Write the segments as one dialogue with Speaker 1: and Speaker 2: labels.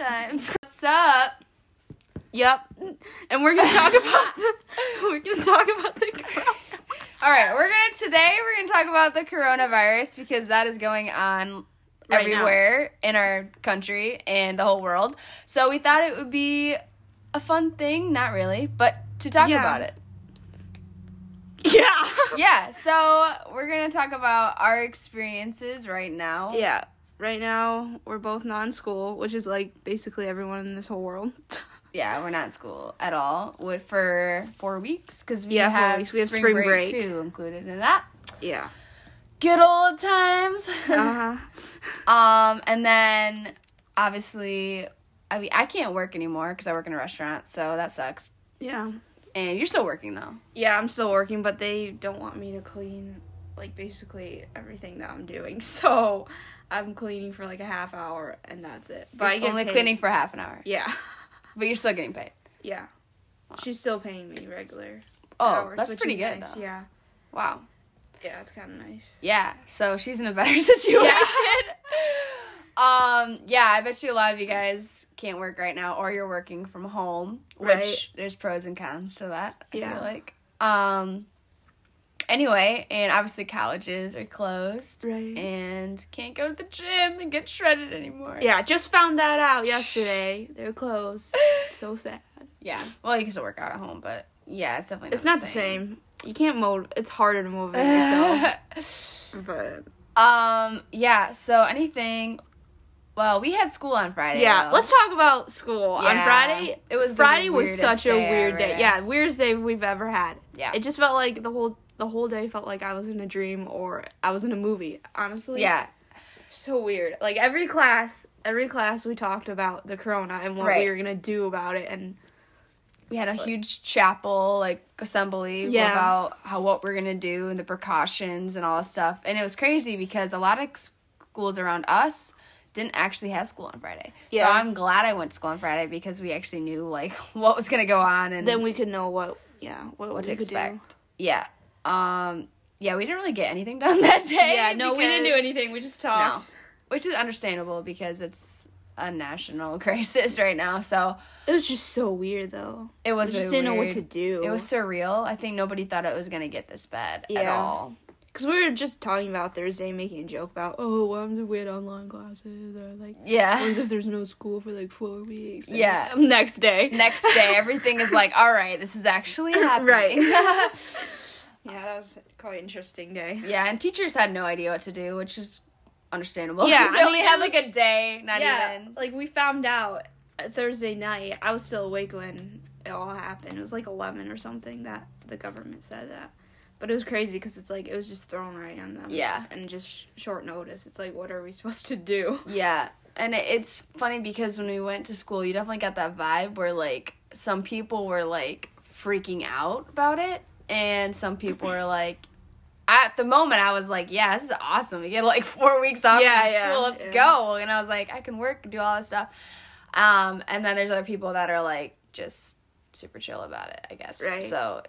Speaker 1: Oh, what's up? Yep. And we're gonna talk about the, we're gonna talk about the corona. All right, we're gonna today we're gonna talk about the coronavirus because that is going on
Speaker 2: Right now.
Speaker 1: everywhere in our country and the whole world. So we thought it would be a fun thing, not really, but to talk
Speaker 2: Yeah.
Speaker 1: about it.
Speaker 2: Yeah.
Speaker 1: Yeah, so we're gonna talk about our experiences right now.
Speaker 2: Yeah. Right now, we're both non-school, which is like basically everyone in this whole world.
Speaker 1: yeah, we're not in school at all wi- for four weeks because we,
Speaker 2: Yeah, four
Speaker 1: have
Speaker 2: weeks.
Speaker 1: we have spring, break,
Speaker 2: break.
Speaker 1: too included in that.
Speaker 2: yeah.
Speaker 1: Good old times. Uh-huh.
Speaker 2: Uh huh.
Speaker 1: um, and then obviously, I mean, I can't work anymore because I work in a restaurant, so that sucks.
Speaker 2: yeah.
Speaker 1: And you're still working though.
Speaker 2: Yeah, I'm still working, but they don't want me to clean like basically everything that I'm doing. So I'm cleaning for like a half hour and that's it. But I
Speaker 1: You're
Speaker 2: get
Speaker 1: only
Speaker 2: paid.
Speaker 1: cleaning for half an hour,
Speaker 2: Yeah.
Speaker 1: but you're still getting paid.
Speaker 2: Yeah. She's still paying me regular.
Speaker 1: Oh,
Speaker 2: hours,
Speaker 1: that's
Speaker 2: which
Speaker 1: pretty
Speaker 2: is
Speaker 1: good
Speaker 2: nice.
Speaker 1: though.
Speaker 2: Yeah.
Speaker 1: Wow.
Speaker 2: Yeah, it's kind of nice.
Speaker 1: Yeah, so she's in a better situation. um, yeah, I bet you a lot of you guys can't work right now or you're working from home,
Speaker 2: Right.
Speaker 1: which there's pros and cons to that, I
Speaker 2: Yeah.
Speaker 1: feel like. Um anyway, and obviously colleges are closed
Speaker 2: Right.
Speaker 1: and can't go to the gym and get shredded anymore.
Speaker 2: Yeah, just found that out yesterday. They're closed. so sad.
Speaker 1: Yeah. Well, you can still work out at home, but yeah, it's definitely not
Speaker 2: It's not the same. You can't mold. It's harder to motivate yourself. but
Speaker 1: um, yeah, so anything well, we had school on Friday.
Speaker 2: yeah,
Speaker 1: though.
Speaker 2: let's talk about school on
Speaker 1: Yeah.
Speaker 2: Friday.
Speaker 1: It was the
Speaker 2: Friday was
Speaker 1: weirdest
Speaker 2: such a
Speaker 1: day
Speaker 2: weird
Speaker 1: ever.
Speaker 2: day. Yeah, weirdest day we've ever had.
Speaker 1: Yeah.
Speaker 2: it just felt like the whole the whole day felt like I was in a dream or I was in a movie. Honestly,
Speaker 1: Yeah.
Speaker 2: so weird. Like every class, every class we talked about the corona and what
Speaker 1: Right.
Speaker 2: we were gonna do about it, and
Speaker 1: we had a huge chapel like assembly
Speaker 2: Yeah.
Speaker 1: about how what we're gonna do and the precautions and all that stuff and it was crazy because a lot of schools around us didn't actually have school on friday
Speaker 2: Yeah.
Speaker 1: so i'm glad i went to school on friday because we actually knew like what was gonna go on and
Speaker 2: then we could know what yeah what,
Speaker 1: what to
Speaker 2: we could do.
Speaker 1: expect yeah um yeah we didn't really get anything done that day
Speaker 2: Yeah, no, we didn't do
Speaker 1: because-
Speaker 2: anything. We just
Speaker 1: no
Speaker 2: talked.
Speaker 1: which is understandable because it's a national crisis right now so
Speaker 2: It was just so weird though.
Speaker 1: it
Speaker 2: I
Speaker 1: was
Speaker 2: just
Speaker 1: really
Speaker 2: didn't know
Speaker 1: weird.
Speaker 2: what to do.
Speaker 1: It was surreal. I think nobody thought it was gonna get this bad at
Speaker 2: Yeah.
Speaker 1: all.
Speaker 2: because we were just talking about Thursday, making a joke about oh, what happens if we had online classes or like what
Speaker 1: Yeah.
Speaker 2: happens if there's no school for like four weeks? And
Speaker 1: Yeah.
Speaker 2: next day.
Speaker 1: Next day, everything is like, all right, this is actually happening.
Speaker 2: Right. yeah, that was quite interesting day.
Speaker 1: yeah, and teachers had no idea what to do, which is understandable.
Speaker 2: Yeah,
Speaker 1: 'Cause they
Speaker 2: I mean,
Speaker 1: only
Speaker 2: it
Speaker 1: had
Speaker 2: was-
Speaker 1: like a day, not
Speaker 2: yeah,
Speaker 1: even.
Speaker 2: like we found out uh, Thursday night. I was still awake when it all happened. It was like eleven or something that the government said that. But it was crazy because it's like it was just thrown right on them.
Speaker 1: Yeah.
Speaker 2: and just sh- short notice. It's like, what are we supposed to do?
Speaker 1: Yeah, and it- it's funny because when we went to school, you definitely got that vibe where like some people were like freaking out about it, and some people were like. At the moment, I was like, "Yeah, this is awesome. We get like four weeks off
Speaker 2: Yeah,
Speaker 1: from school.
Speaker 2: yeah,
Speaker 1: Let's
Speaker 2: yeah.
Speaker 1: go!" And I was like, "I can work, and do all this stuff." Um, and then there's other people that are like just super chill about it, I guess.
Speaker 2: Right.
Speaker 1: So,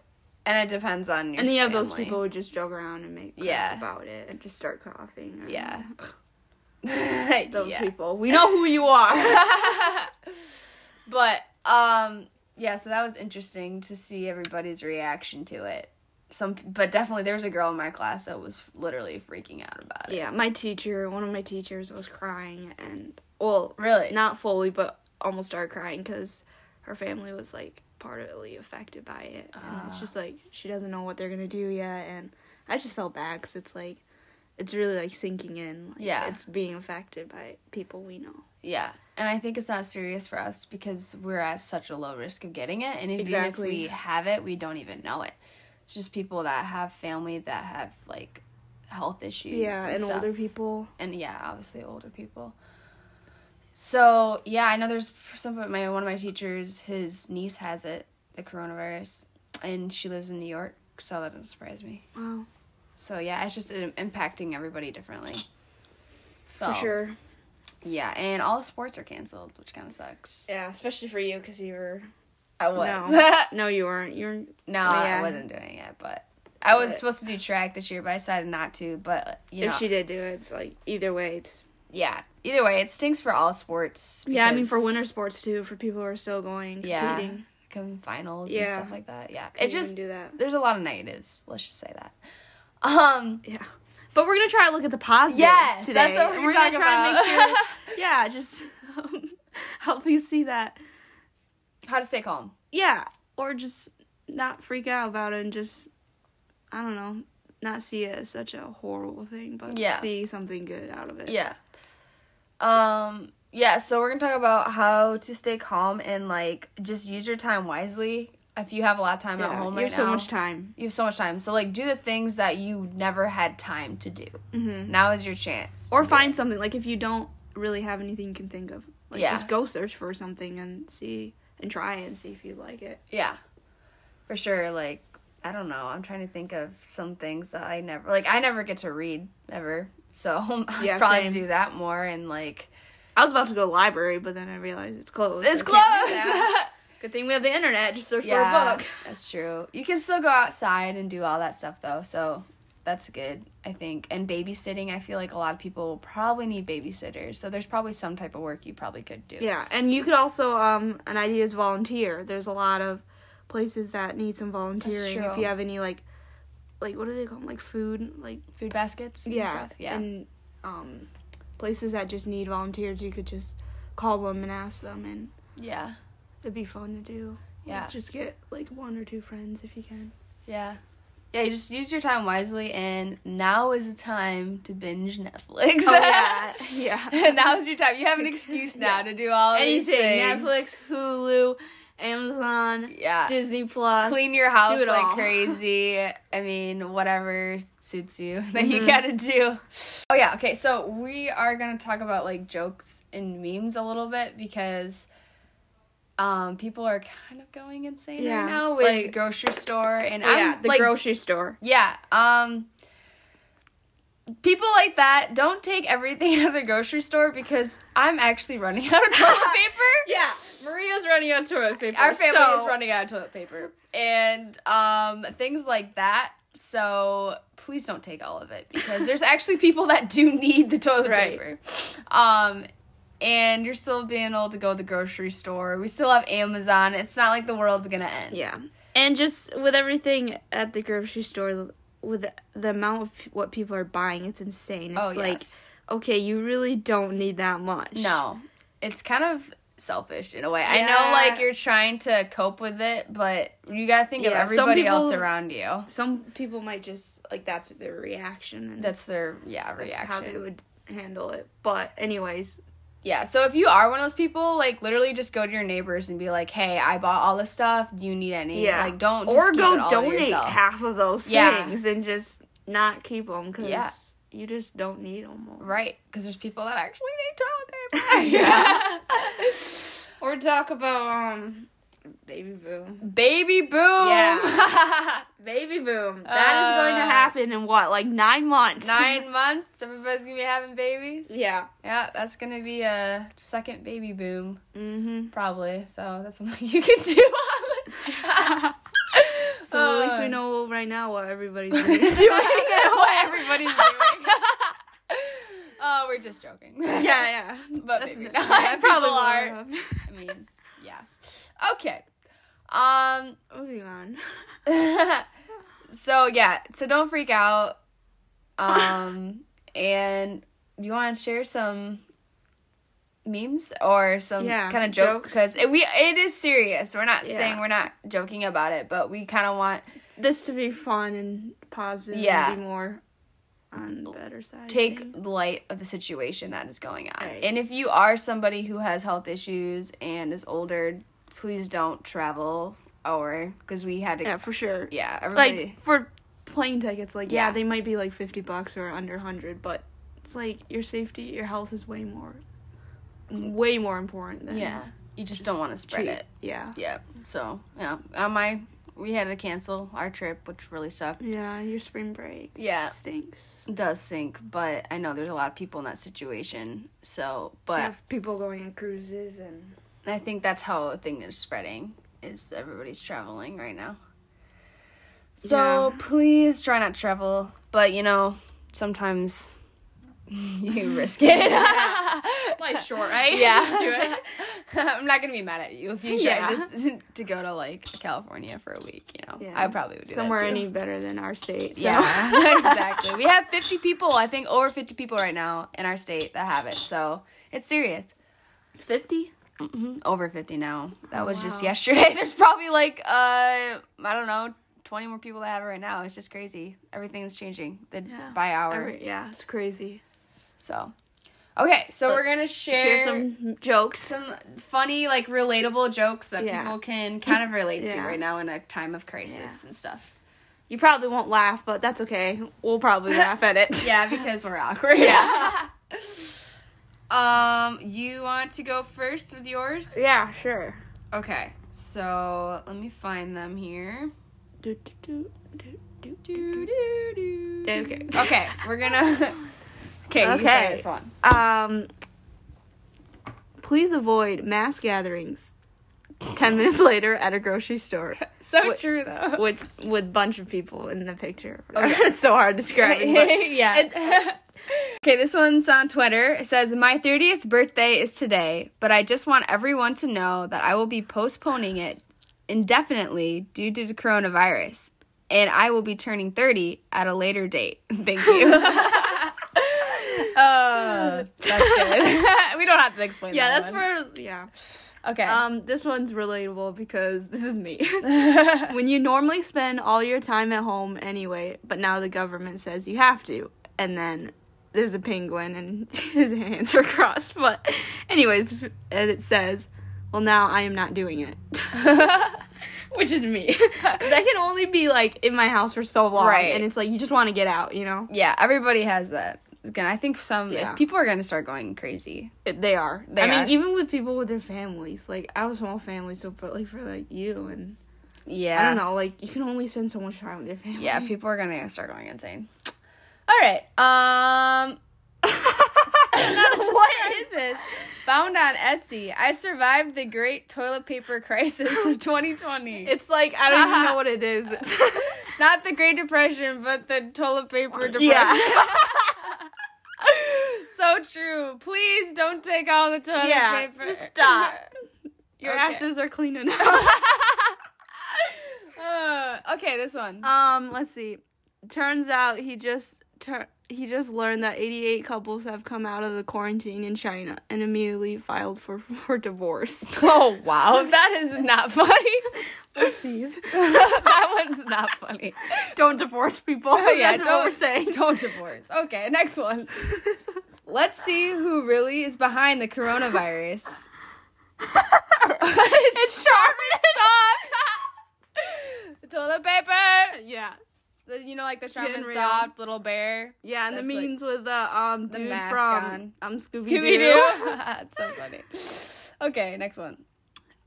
Speaker 1: and it depends on your.
Speaker 2: And then you have those
Speaker 1: family.
Speaker 2: people who just joke around and make crap
Speaker 1: Yeah.
Speaker 2: about it and just start coughing. and
Speaker 1: Yeah.
Speaker 2: those
Speaker 1: Yeah.
Speaker 2: people. We know who you are.
Speaker 1: but um yeah so that was interesting to see everybody's reaction to it some but definitely there was a girl in my class that was literally freaking out about it
Speaker 2: yeah, my teacher, one of my teachers, was crying and well,
Speaker 1: really
Speaker 2: not fully, but almost started crying because her family was like partly affected by it. And it's just like she doesn't know what they're gonna do yet, and I just felt bad because it's like it's really like sinking in. Like,
Speaker 1: Yeah.
Speaker 2: it's being affected by people we know.
Speaker 1: yeah and i think it's not serious for us because we're at such a low risk of getting it and even
Speaker 2: Exactly.
Speaker 1: if we have it we don't even know it it's just people that have family that have like health issues
Speaker 2: Yeah, and
Speaker 1: stuff.
Speaker 2: older people.
Speaker 1: and yeah, obviously older people. So yeah, I know there's some my one of my teachers, his niece has it, the coronavirus, and she lives in New York, so that doesn't surprise me.
Speaker 2: Wow,
Speaker 1: So yeah, it's just im- impacting everybody differently. So,
Speaker 2: for sure.
Speaker 1: Yeah, and all sports are canceled, which kind of sucks.
Speaker 2: Yeah, especially for you because you were
Speaker 1: I was no,
Speaker 2: no, no, you weren't. You were
Speaker 1: I
Speaker 2: Yeah.
Speaker 1: wasn't doing it, but I was
Speaker 2: But-
Speaker 1: supposed to do track this year, but I decided not to. But you know,
Speaker 2: if she did do it, it's like either way, it's
Speaker 1: yeah. Either way, it stinks for all sports.
Speaker 2: Yeah, I mean for
Speaker 1: because-
Speaker 2: winter sports too, for people who are still going
Speaker 1: Yeah.
Speaker 2: competing.
Speaker 1: come finals and
Speaker 2: Yeah.
Speaker 1: stuff like that. Yeah,
Speaker 2: Couldn't
Speaker 1: it just
Speaker 2: even do that.
Speaker 1: there's a lot of negatives. Let's just say that. Um,
Speaker 2: Yeah. But we're gonna try to look at the positives
Speaker 1: Yes,
Speaker 2: today.
Speaker 1: that's what we're
Speaker 2: gonna
Speaker 1: talking
Speaker 2: try
Speaker 1: about.
Speaker 2: and make sure. yeah, just um, help you see that.
Speaker 1: how to stay calm.
Speaker 2: Yeah, or just not freak out about it and just I don't know, not see it as such a horrible thing, but
Speaker 1: Yeah.
Speaker 2: see something good out of it.
Speaker 1: Yeah. Um. Yeah. So we're gonna talk about how to stay calm and like just use your time wisely. If you have a lot of time at home
Speaker 2: you
Speaker 1: right
Speaker 2: have so
Speaker 1: now,
Speaker 2: much time.
Speaker 1: you have so much time. So like, do the things that you never had time to do.
Speaker 2: Mm-hmm.
Speaker 1: Now is your chance.
Speaker 2: Or
Speaker 1: to do
Speaker 2: find
Speaker 1: it.
Speaker 2: something like if you don't really have anything you can think of, like
Speaker 1: Yeah.
Speaker 2: just go search for something and see and try it and see if you like it.
Speaker 1: Yeah. For sure. Like. I don't know. I'm trying to think of some things that I never like. I never get to read ever, so I
Speaker 2: Yeah,
Speaker 1: probably
Speaker 2: same.
Speaker 1: do that more and like
Speaker 2: I was about to go to the library, but then I realized it's closed.
Speaker 1: It's
Speaker 2: I can't do that.
Speaker 1: closed.
Speaker 2: Good thing we have the internet. Just search for a book.
Speaker 1: That's true. You can still go outside and do all that stuff though, so that's good, I think. And babysitting, I feel like a lot of people will probably need babysitters. So there's probably some type of work you probably could do.
Speaker 2: Yeah, and you could also um an idea is volunteer. There's a lot of places that need some volunteering. If
Speaker 1: true.
Speaker 2: you have any like like what do they call 'em? like food like
Speaker 1: Food baskets and
Speaker 2: yeah
Speaker 1: stuff. Yeah.
Speaker 2: and um places that just need volunteers, you could just call them and ask them, and
Speaker 1: yeah.
Speaker 2: it'd be fun to do. Like,
Speaker 1: Yeah.
Speaker 2: just get like one or two friends if you can.
Speaker 1: Yeah. Yeah, you just use your time wisely and now is the time to binge Netflix.
Speaker 2: Oh, yeah. Yeah.
Speaker 1: now is your time. You have an excuse now
Speaker 2: Yeah.
Speaker 1: to do all of these
Speaker 2: Anything
Speaker 1: things.
Speaker 2: Netflix, Hulu, Amazon,
Speaker 1: Yeah.
Speaker 2: Disney Plus.
Speaker 1: clean your house
Speaker 2: it
Speaker 1: like
Speaker 2: all.
Speaker 1: crazy. I mean, whatever suits you that
Speaker 2: Mm-hmm.
Speaker 1: you gotta do. Oh yeah, okay. So we are gonna talk about like jokes and memes a little bit because um people are kind of going insane
Speaker 2: Yeah,
Speaker 1: right now with the
Speaker 2: like-
Speaker 1: grocery store and
Speaker 2: yeah,
Speaker 1: I'm
Speaker 2: the
Speaker 1: like,
Speaker 2: grocery store.
Speaker 1: yeah. Um people like that don't take everything out of the grocery store because I'm actually running out of toilet paper
Speaker 2: Yeah, Maria's running on toilet paper.
Speaker 1: our family
Speaker 2: so-
Speaker 1: is running out of toilet paper and um, things like that. So please don't take all of it because there's actually people that do need the toilet
Speaker 2: Right.
Speaker 1: paper. Um, and you're still being able to go to the grocery store. We still have Amazon. It's not like the world's gonna end.
Speaker 2: Yeah, and just with everything at the grocery store, with the, the amount of p- what people are buying, it's insane. It's
Speaker 1: Oh
Speaker 2: like,
Speaker 1: yes.
Speaker 2: okay, you really don't need that much.
Speaker 1: No, it's kind of selfish in a way. I
Speaker 2: Yeah.
Speaker 1: know like you're trying to cope with it, but you gotta think of
Speaker 2: Yeah, some
Speaker 1: everybody else
Speaker 2: people-
Speaker 1: around you.
Speaker 2: some people might just like that's their reaction, and
Speaker 1: That's their yeah
Speaker 2: that's
Speaker 1: reaction.
Speaker 2: how they would handle it. But anyways,
Speaker 1: Yeah, so if you are one of those people, like literally just go to your neighbors and be like, "Hey, I bought all this stuff. Do you need any?"
Speaker 2: yeah,
Speaker 1: Like don't just
Speaker 2: or
Speaker 1: keep it
Speaker 2: go
Speaker 1: all to
Speaker 2: donate
Speaker 1: yourself.
Speaker 2: half of those
Speaker 1: Yeah.
Speaker 2: things and just not keep them because
Speaker 1: Yeah.
Speaker 2: you just don't need them.
Speaker 1: Right, because there's people that actually need toilet paper.
Speaker 2: Or talk about um, baby boom.
Speaker 1: Baby boom.
Speaker 2: Yeah. Baby boom. That is going
Speaker 1: Uh,
Speaker 2: to happen in what, like nine months?
Speaker 1: Nine months. Everybody's gonna be having babies.
Speaker 2: yeah.
Speaker 1: Yeah, that's gonna be a second baby boom
Speaker 2: Mm-hmm.
Speaker 1: probably. So that's something you can do.
Speaker 2: So at least we
Speaker 1: Uh,
Speaker 2: know right now what everybody's
Speaker 1: doing
Speaker 2: doing.
Speaker 1: what everybody's doing. Oh, we're just joking.
Speaker 2: yeah, yeah.
Speaker 1: But maybe
Speaker 2: n-
Speaker 1: not.
Speaker 2: that
Speaker 1: People
Speaker 2: won't
Speaker 1: are.
Speaker 2: happen.
Speaker 1: I mean, yeah. Okay. Um
Speaker 2: Moving on.
Speaker 1: so yeah, so don't freak out. Um and you want to share some memes or some
Speaker 2: Yeah,
Speaker 1: kind of joke
Speaker 2: jokes.
Speaker 1: cuz we it is serious. We're not
Speaker 2: Yeah.
Speaker 1: saying we're not joking about it, but we kind of want
Speaker 2: This to be fun and positive.
Speaker 1: Yeah.
Speaker 2: And be more on the better side.
Speaker 1: take
Speaker 2: maybe.
Speaker 1: the light of the situation that is going on.
Speaker 2: Right.
Speaker 1: And if you are somebody who has health issues and is older, please don't travel or because we had to.
Speaker 2: Yeah,
Speaker 1: Yeah,
Speaker 2: for sure.
Speaker 1: everybody.
Speaker 2: Like for plane tickets, like yeah.
Speaker 1: Yeah.
Speaker 2: they might be like fifty bucks or under hundred, but it's like your safety, your health is way more, way more important than
Speaker 1: yeah, you just, don't want to spread
Speaker 2: cheap.
Speaker 1: it.
Speaker 2: Yeah.
Speaker 1: Yeah. So yeah, on my we had to cancel our trip, which really sucked.
Speaker 2: Yeah, your spring break.
Speaker 1: Yeah.
Speaker 2: Stinks.
Speaker 1: It does sink, but I know there's a lot of people in that situation. So, but
Speaker 2: You have people going on cruises and
Speaker 1: And I think that's how a thing is spreading is everybody's traveling right now. So
Speaker 2: Yeah.
Speaker 1: please try not to travel, but you know, sometimes you risk it.
Speaker 2: Life's short, right? Do
Speaker 1: yeah.
Speaker 2: it.
Speaker 1: I'm not gonna be mad at you if you
Speaker 2: Yeah.
Speaker 1: try just to go to like California for a week. You know, I probably would do that,
Speaker 2: somewhere
Speaker 1: too.
Speaker 2: any better than our state. so.
Speaker 1: Yeah, exactly. We have 50 people, I think over 50 people right now in our state that have it. So it's serious.
Speaker 2: Fifty.
Speaker 1: Mm-hmm. Over 50 now. That was just
Speaker 2: wow.
Speaker 1: yesterday. There's probably like, uh, I don't know, 20 more people that have it right now. It's just crazy. Everything's changing the,
Speaker 2: Yeah.
Speaker 1: by hour.
Speaker 2: Every- yeah, it's crazy.
Speaker 1: So, okay, so
Speaker 2: But
Speaker 1: we're going to share,
Speaker 2: Share some jokes.
Speaker 1: some funny, like relatable jokes that
Speaker 2: Yeah.
Speaker 1: people can kind of relate to
Speaker 2: Yeah.
Speaker 1: right now in a time of crisis and stuff.
Speaker 2: You probably won't laugh, but that's okay. We'll probably laugh at it.
Speaker 1: Yeah, because we're awkward.
Speaker 2: Yeah.
Speaker 1: um, you want to go first with yours?
Speaker 2: Yeah, sure.
Speaker 1: Okay, so let me find them here.
Speaker 2: Do, do, do, do, do,
Speaker 1: Do,
Speaker 2: do.
Speaker 1: do, do.
Speaker 2: Okay.
Speaker 1: Okay, we're gonna. okay, you say
Speaker 2: Okay.
Speaker 1: this one.
Speaker 2: Um, please avoid mass gatherings. Ten minutes later at a grocery store,
Speaker 1: So
Speaker 2: Wait.
Speaker 1: true though.
Speaker 2: with with bunch of people in the picture.
Speaker 1: Oh, yeah.
Speaker 2: it's so hard describing. but-
Speaker 1: yeah. okay, this one's on Twitter. It says, My 30th birthday is today, but I just want everyone to know that I will be postponing it indefinitely due to the coronavirus. And I will be turning 30 at a later date. Thank you. Oh, that's good. we don't have to explain
Speaker 2: yeah,
Speaker 1: that.
Speaker 2: that's for yeah.
Speaker 1: for. Okay.
Speaker 2: Um, this one's relatable because this is me. when you normally spend all your time at home anyway, but now the government says you have to, and then there's a penguin and his hands are crossed. But, anyways, and it says, "Well, now I am not doing it," Um, which is me. 'Cause I can only be like in my house for so long,
Speaker 1: Right.
Speaker 2: and it's like you just want to get out, you know?
Speaker 1: yeah, everybody has that. It's gonna- I think some
Speaker 2: Yeah.
Speaker 1: if people are gonna start going crazy.
Speaker 2: It- they are.
Speaker 1: They
Speaker 2: I
Speaker 1: are.
Speaker 2: mean, even with people with their families, like I have a small family, so but like for like you and.
Speaker 1: Yeah.
Speaker 2: I don't know, like you can only spend so much time with your family.
Speaker 1: Yeah, people are gonna start going insane. All right. Um, what is this? Found on Etsy. I survived the great toilet paper crisis of 2020.
Speaker 2: It's like I don't even know what it is.
Speaker 1: Not the Great Depression, but the toilet paper depression.
Speaker 2: yeah.
Speaker 1: so true. Please don't take all the toilet
Speaker 2: yeah.
Speaker 1: paper.
Speaker 2: Just stop. Your
Speaker 1: Okay.
Speaker 2: asses are clean enough.
Speaker 1: Uh, okay, this one.
Speaker 2: um, let's see. Turns out he just tur- he just learned that 88 couples have come out of the quarantine in China and immediately filed for for divorce.
Speaker 1: Oh wow, that is not funny.
Speaker 2: Oopsies.
Speaker 1: that one's not funny.
Speaker 2: don't divorce people.
Speaker 1: yeah,
Speaker 2: That's
Speaker 1: don't-
Speaker 2: what we're saying.
Speaker 1: Don't divorce. Okay, next one. Let's see who really is behind the coronavirus. it's sharp and soft. the toilet paper.
Speaker 2: yeah.
Speaker 1: The- you know, like the sharp
Speaker 2: Getting
Speaker 1: and
Speaker 2: real.
Speaker 1: soft little bear.
Speaker 2: Yeah, and
Speaker 1: That's,
Speaker 2: the
Speaker 1: like,
Speaker 2: memes with the um dude
Speaker 1: mask
Speaker 2: from
Speaker 1: on.
Speaker 2: um Scooby Doo.
Speaker 1: Scooby Doo. That's so funny. Okay, next one.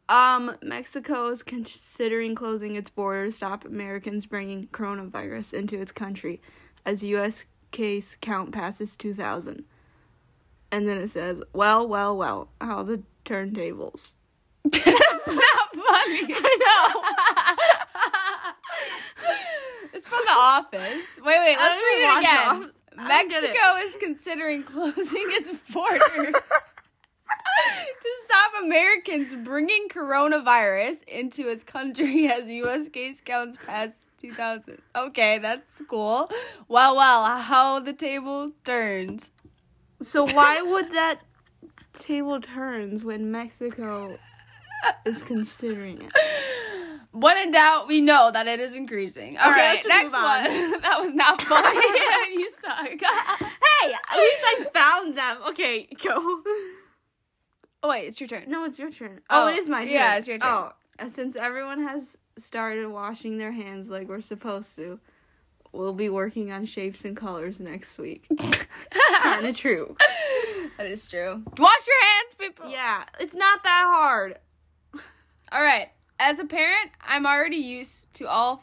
Speaker 2: Um, Mexico is considering closing its border to stop Americans bringing coronavirus into its country as U.S. case count passes 2,000. And then it says, well, well, well, how the turntables.
Speaker 1: That's not funny. I know. it's from The Office. Wait, wait, let's
Speaker 2: don't even
Speaker 1: read it
Speaker 2: watch The
Speaker 1: again.
Speaker 2: Office. I don't get it.
Speaker 1: Mexico is considering closing its border to stop Americans bringing coronavirus into its country as U.S. case counts past 2,000. Okay, that's cool. Well, well, how the table turns.
Speaker 2: So why would that table turns when Mexico is considering it?
Speaker 1: When in doubt, we know that it is increasing. All
Speaker 2: Okay,
Speaker 1: right,
Speaker 2: let's just
Speaker 1: next
Speaker 2: move on.
Speaker 1: one. that was not funny. you suck. hey,
Speaker 2: At least I found them. Okay, go.
Speaker 1: Oh, wait, it's your turn.
Speaker 2: No, it's your turn. Oh,
Speaker 1: Oh,
Speaker 2: it is my turn.
Speaker 1: yeah, it's your turn.
Speaker 2: Oh, uh, since everyone has started washing their hands like we're supposed to, we'll be working on shapes and colors next week. kind of true.
Speaker 1: That is true. Wash your hands, people.
Speaker 2: Yeah, it's not that hard.
Speaker 1: All right. As a parent, I'm already used to all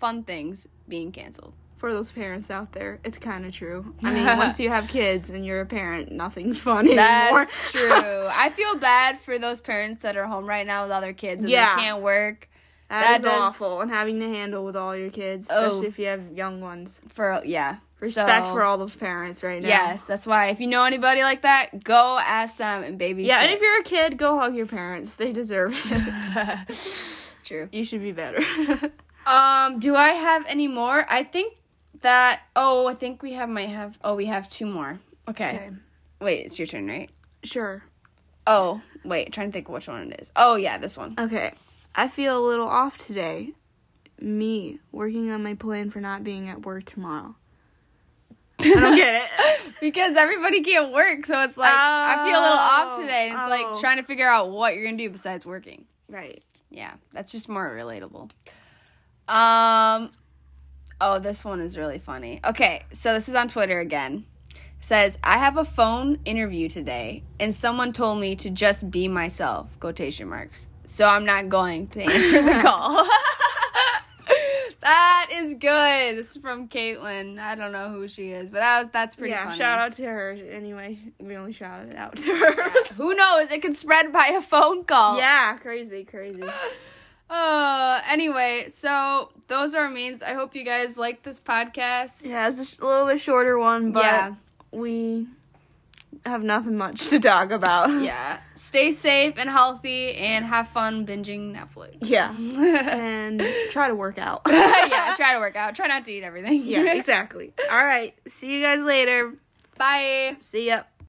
Speaker 1: fun things being canceled.
Speaker 2: For those parents out there, it's kind of true. I mean, once you have kids and you're a parent, nothing's fun anymore.
Speaker 1: That's true. I feel bad for those parents that are home right now with all their kids and
Speaker 2: Yeah.
Speaker 1: they can't work
Speaker 2: that
Speaker 1: That
Speaker 2: is
Speaker 1: does-
Speaker 2: awful. And having to handle with all your kids,
Speaker 1: Oh.
Speaker 2: especially if you have young ones.
Speaker 1: for yeah.
Speaker 2: Respect
Speaker 1: So-
Speaker 2: for all those parents right now.
Speaker 1: Yes, that's why. If you know anybody like that, go ask them and babysit.
Speaker 2: Yeah, and if you're a kid, go hug your parents. They deserve it.
Speaker 1: true.
Speaker 2: you should be better.
Speaker 1: Um, do I have any more? I think that. Oh, I think we have might have. Oh, we have two more. Okay. Wait, it's your turn, right?
Speaker 2: Sure.
Speaker 1: Oh, wait. Trying to think which one it is. Oh yeah, this one.
Speaker 2: Okay. I feel a little off today. Me working on my plan for not being at work tomorrow. I don't get it.
Speaker 1: Because everybody can't work, so it's like I feel a little off today. It's
Speaker 2: Oh.
Speaker 1: like trying to figure out what you're gonna do besides working.
Speaker 2: Right.
Speaker 1: Yeah, that's just more relatable. Um Oh, this one is really funny. Okay, so this is on Twitter again. It says, "I have a phone interview today and someone told me to just be myself." quotation marks. So I'm not going to answer the call. that is good. This is from Caitlin. I don't know who she is, but that was that's pretty
Speaker 2: yeah,
Speaker 1: funny.
Speaker 2: shout out to her. Anyway, we only shouted out to her.
Speaker 1: Who knows? It could spread by a phone call.
Speaker 2: yeah, crazy, crazy.
Speaker 1: Uh, anyway, so those are our means. I hope you guys like this podcast.
Speaker 2: Yeah, it's a sh- little bit shorter one, but
Speaker 1: Yeah.
Speaker 2: we have nothing much to talk about.
Speaker 1: Yeah. Stay safe and healthy and have fun binging Netflix.
Speaker 2: Yeah. and try to work out.
Speaker 1: yeah, try to work out. Try not to eat everything.
Speaker 2: yeah, exactly. All right. See you guys later.
Speaker 1: Bye.
Speaker 2: See ya.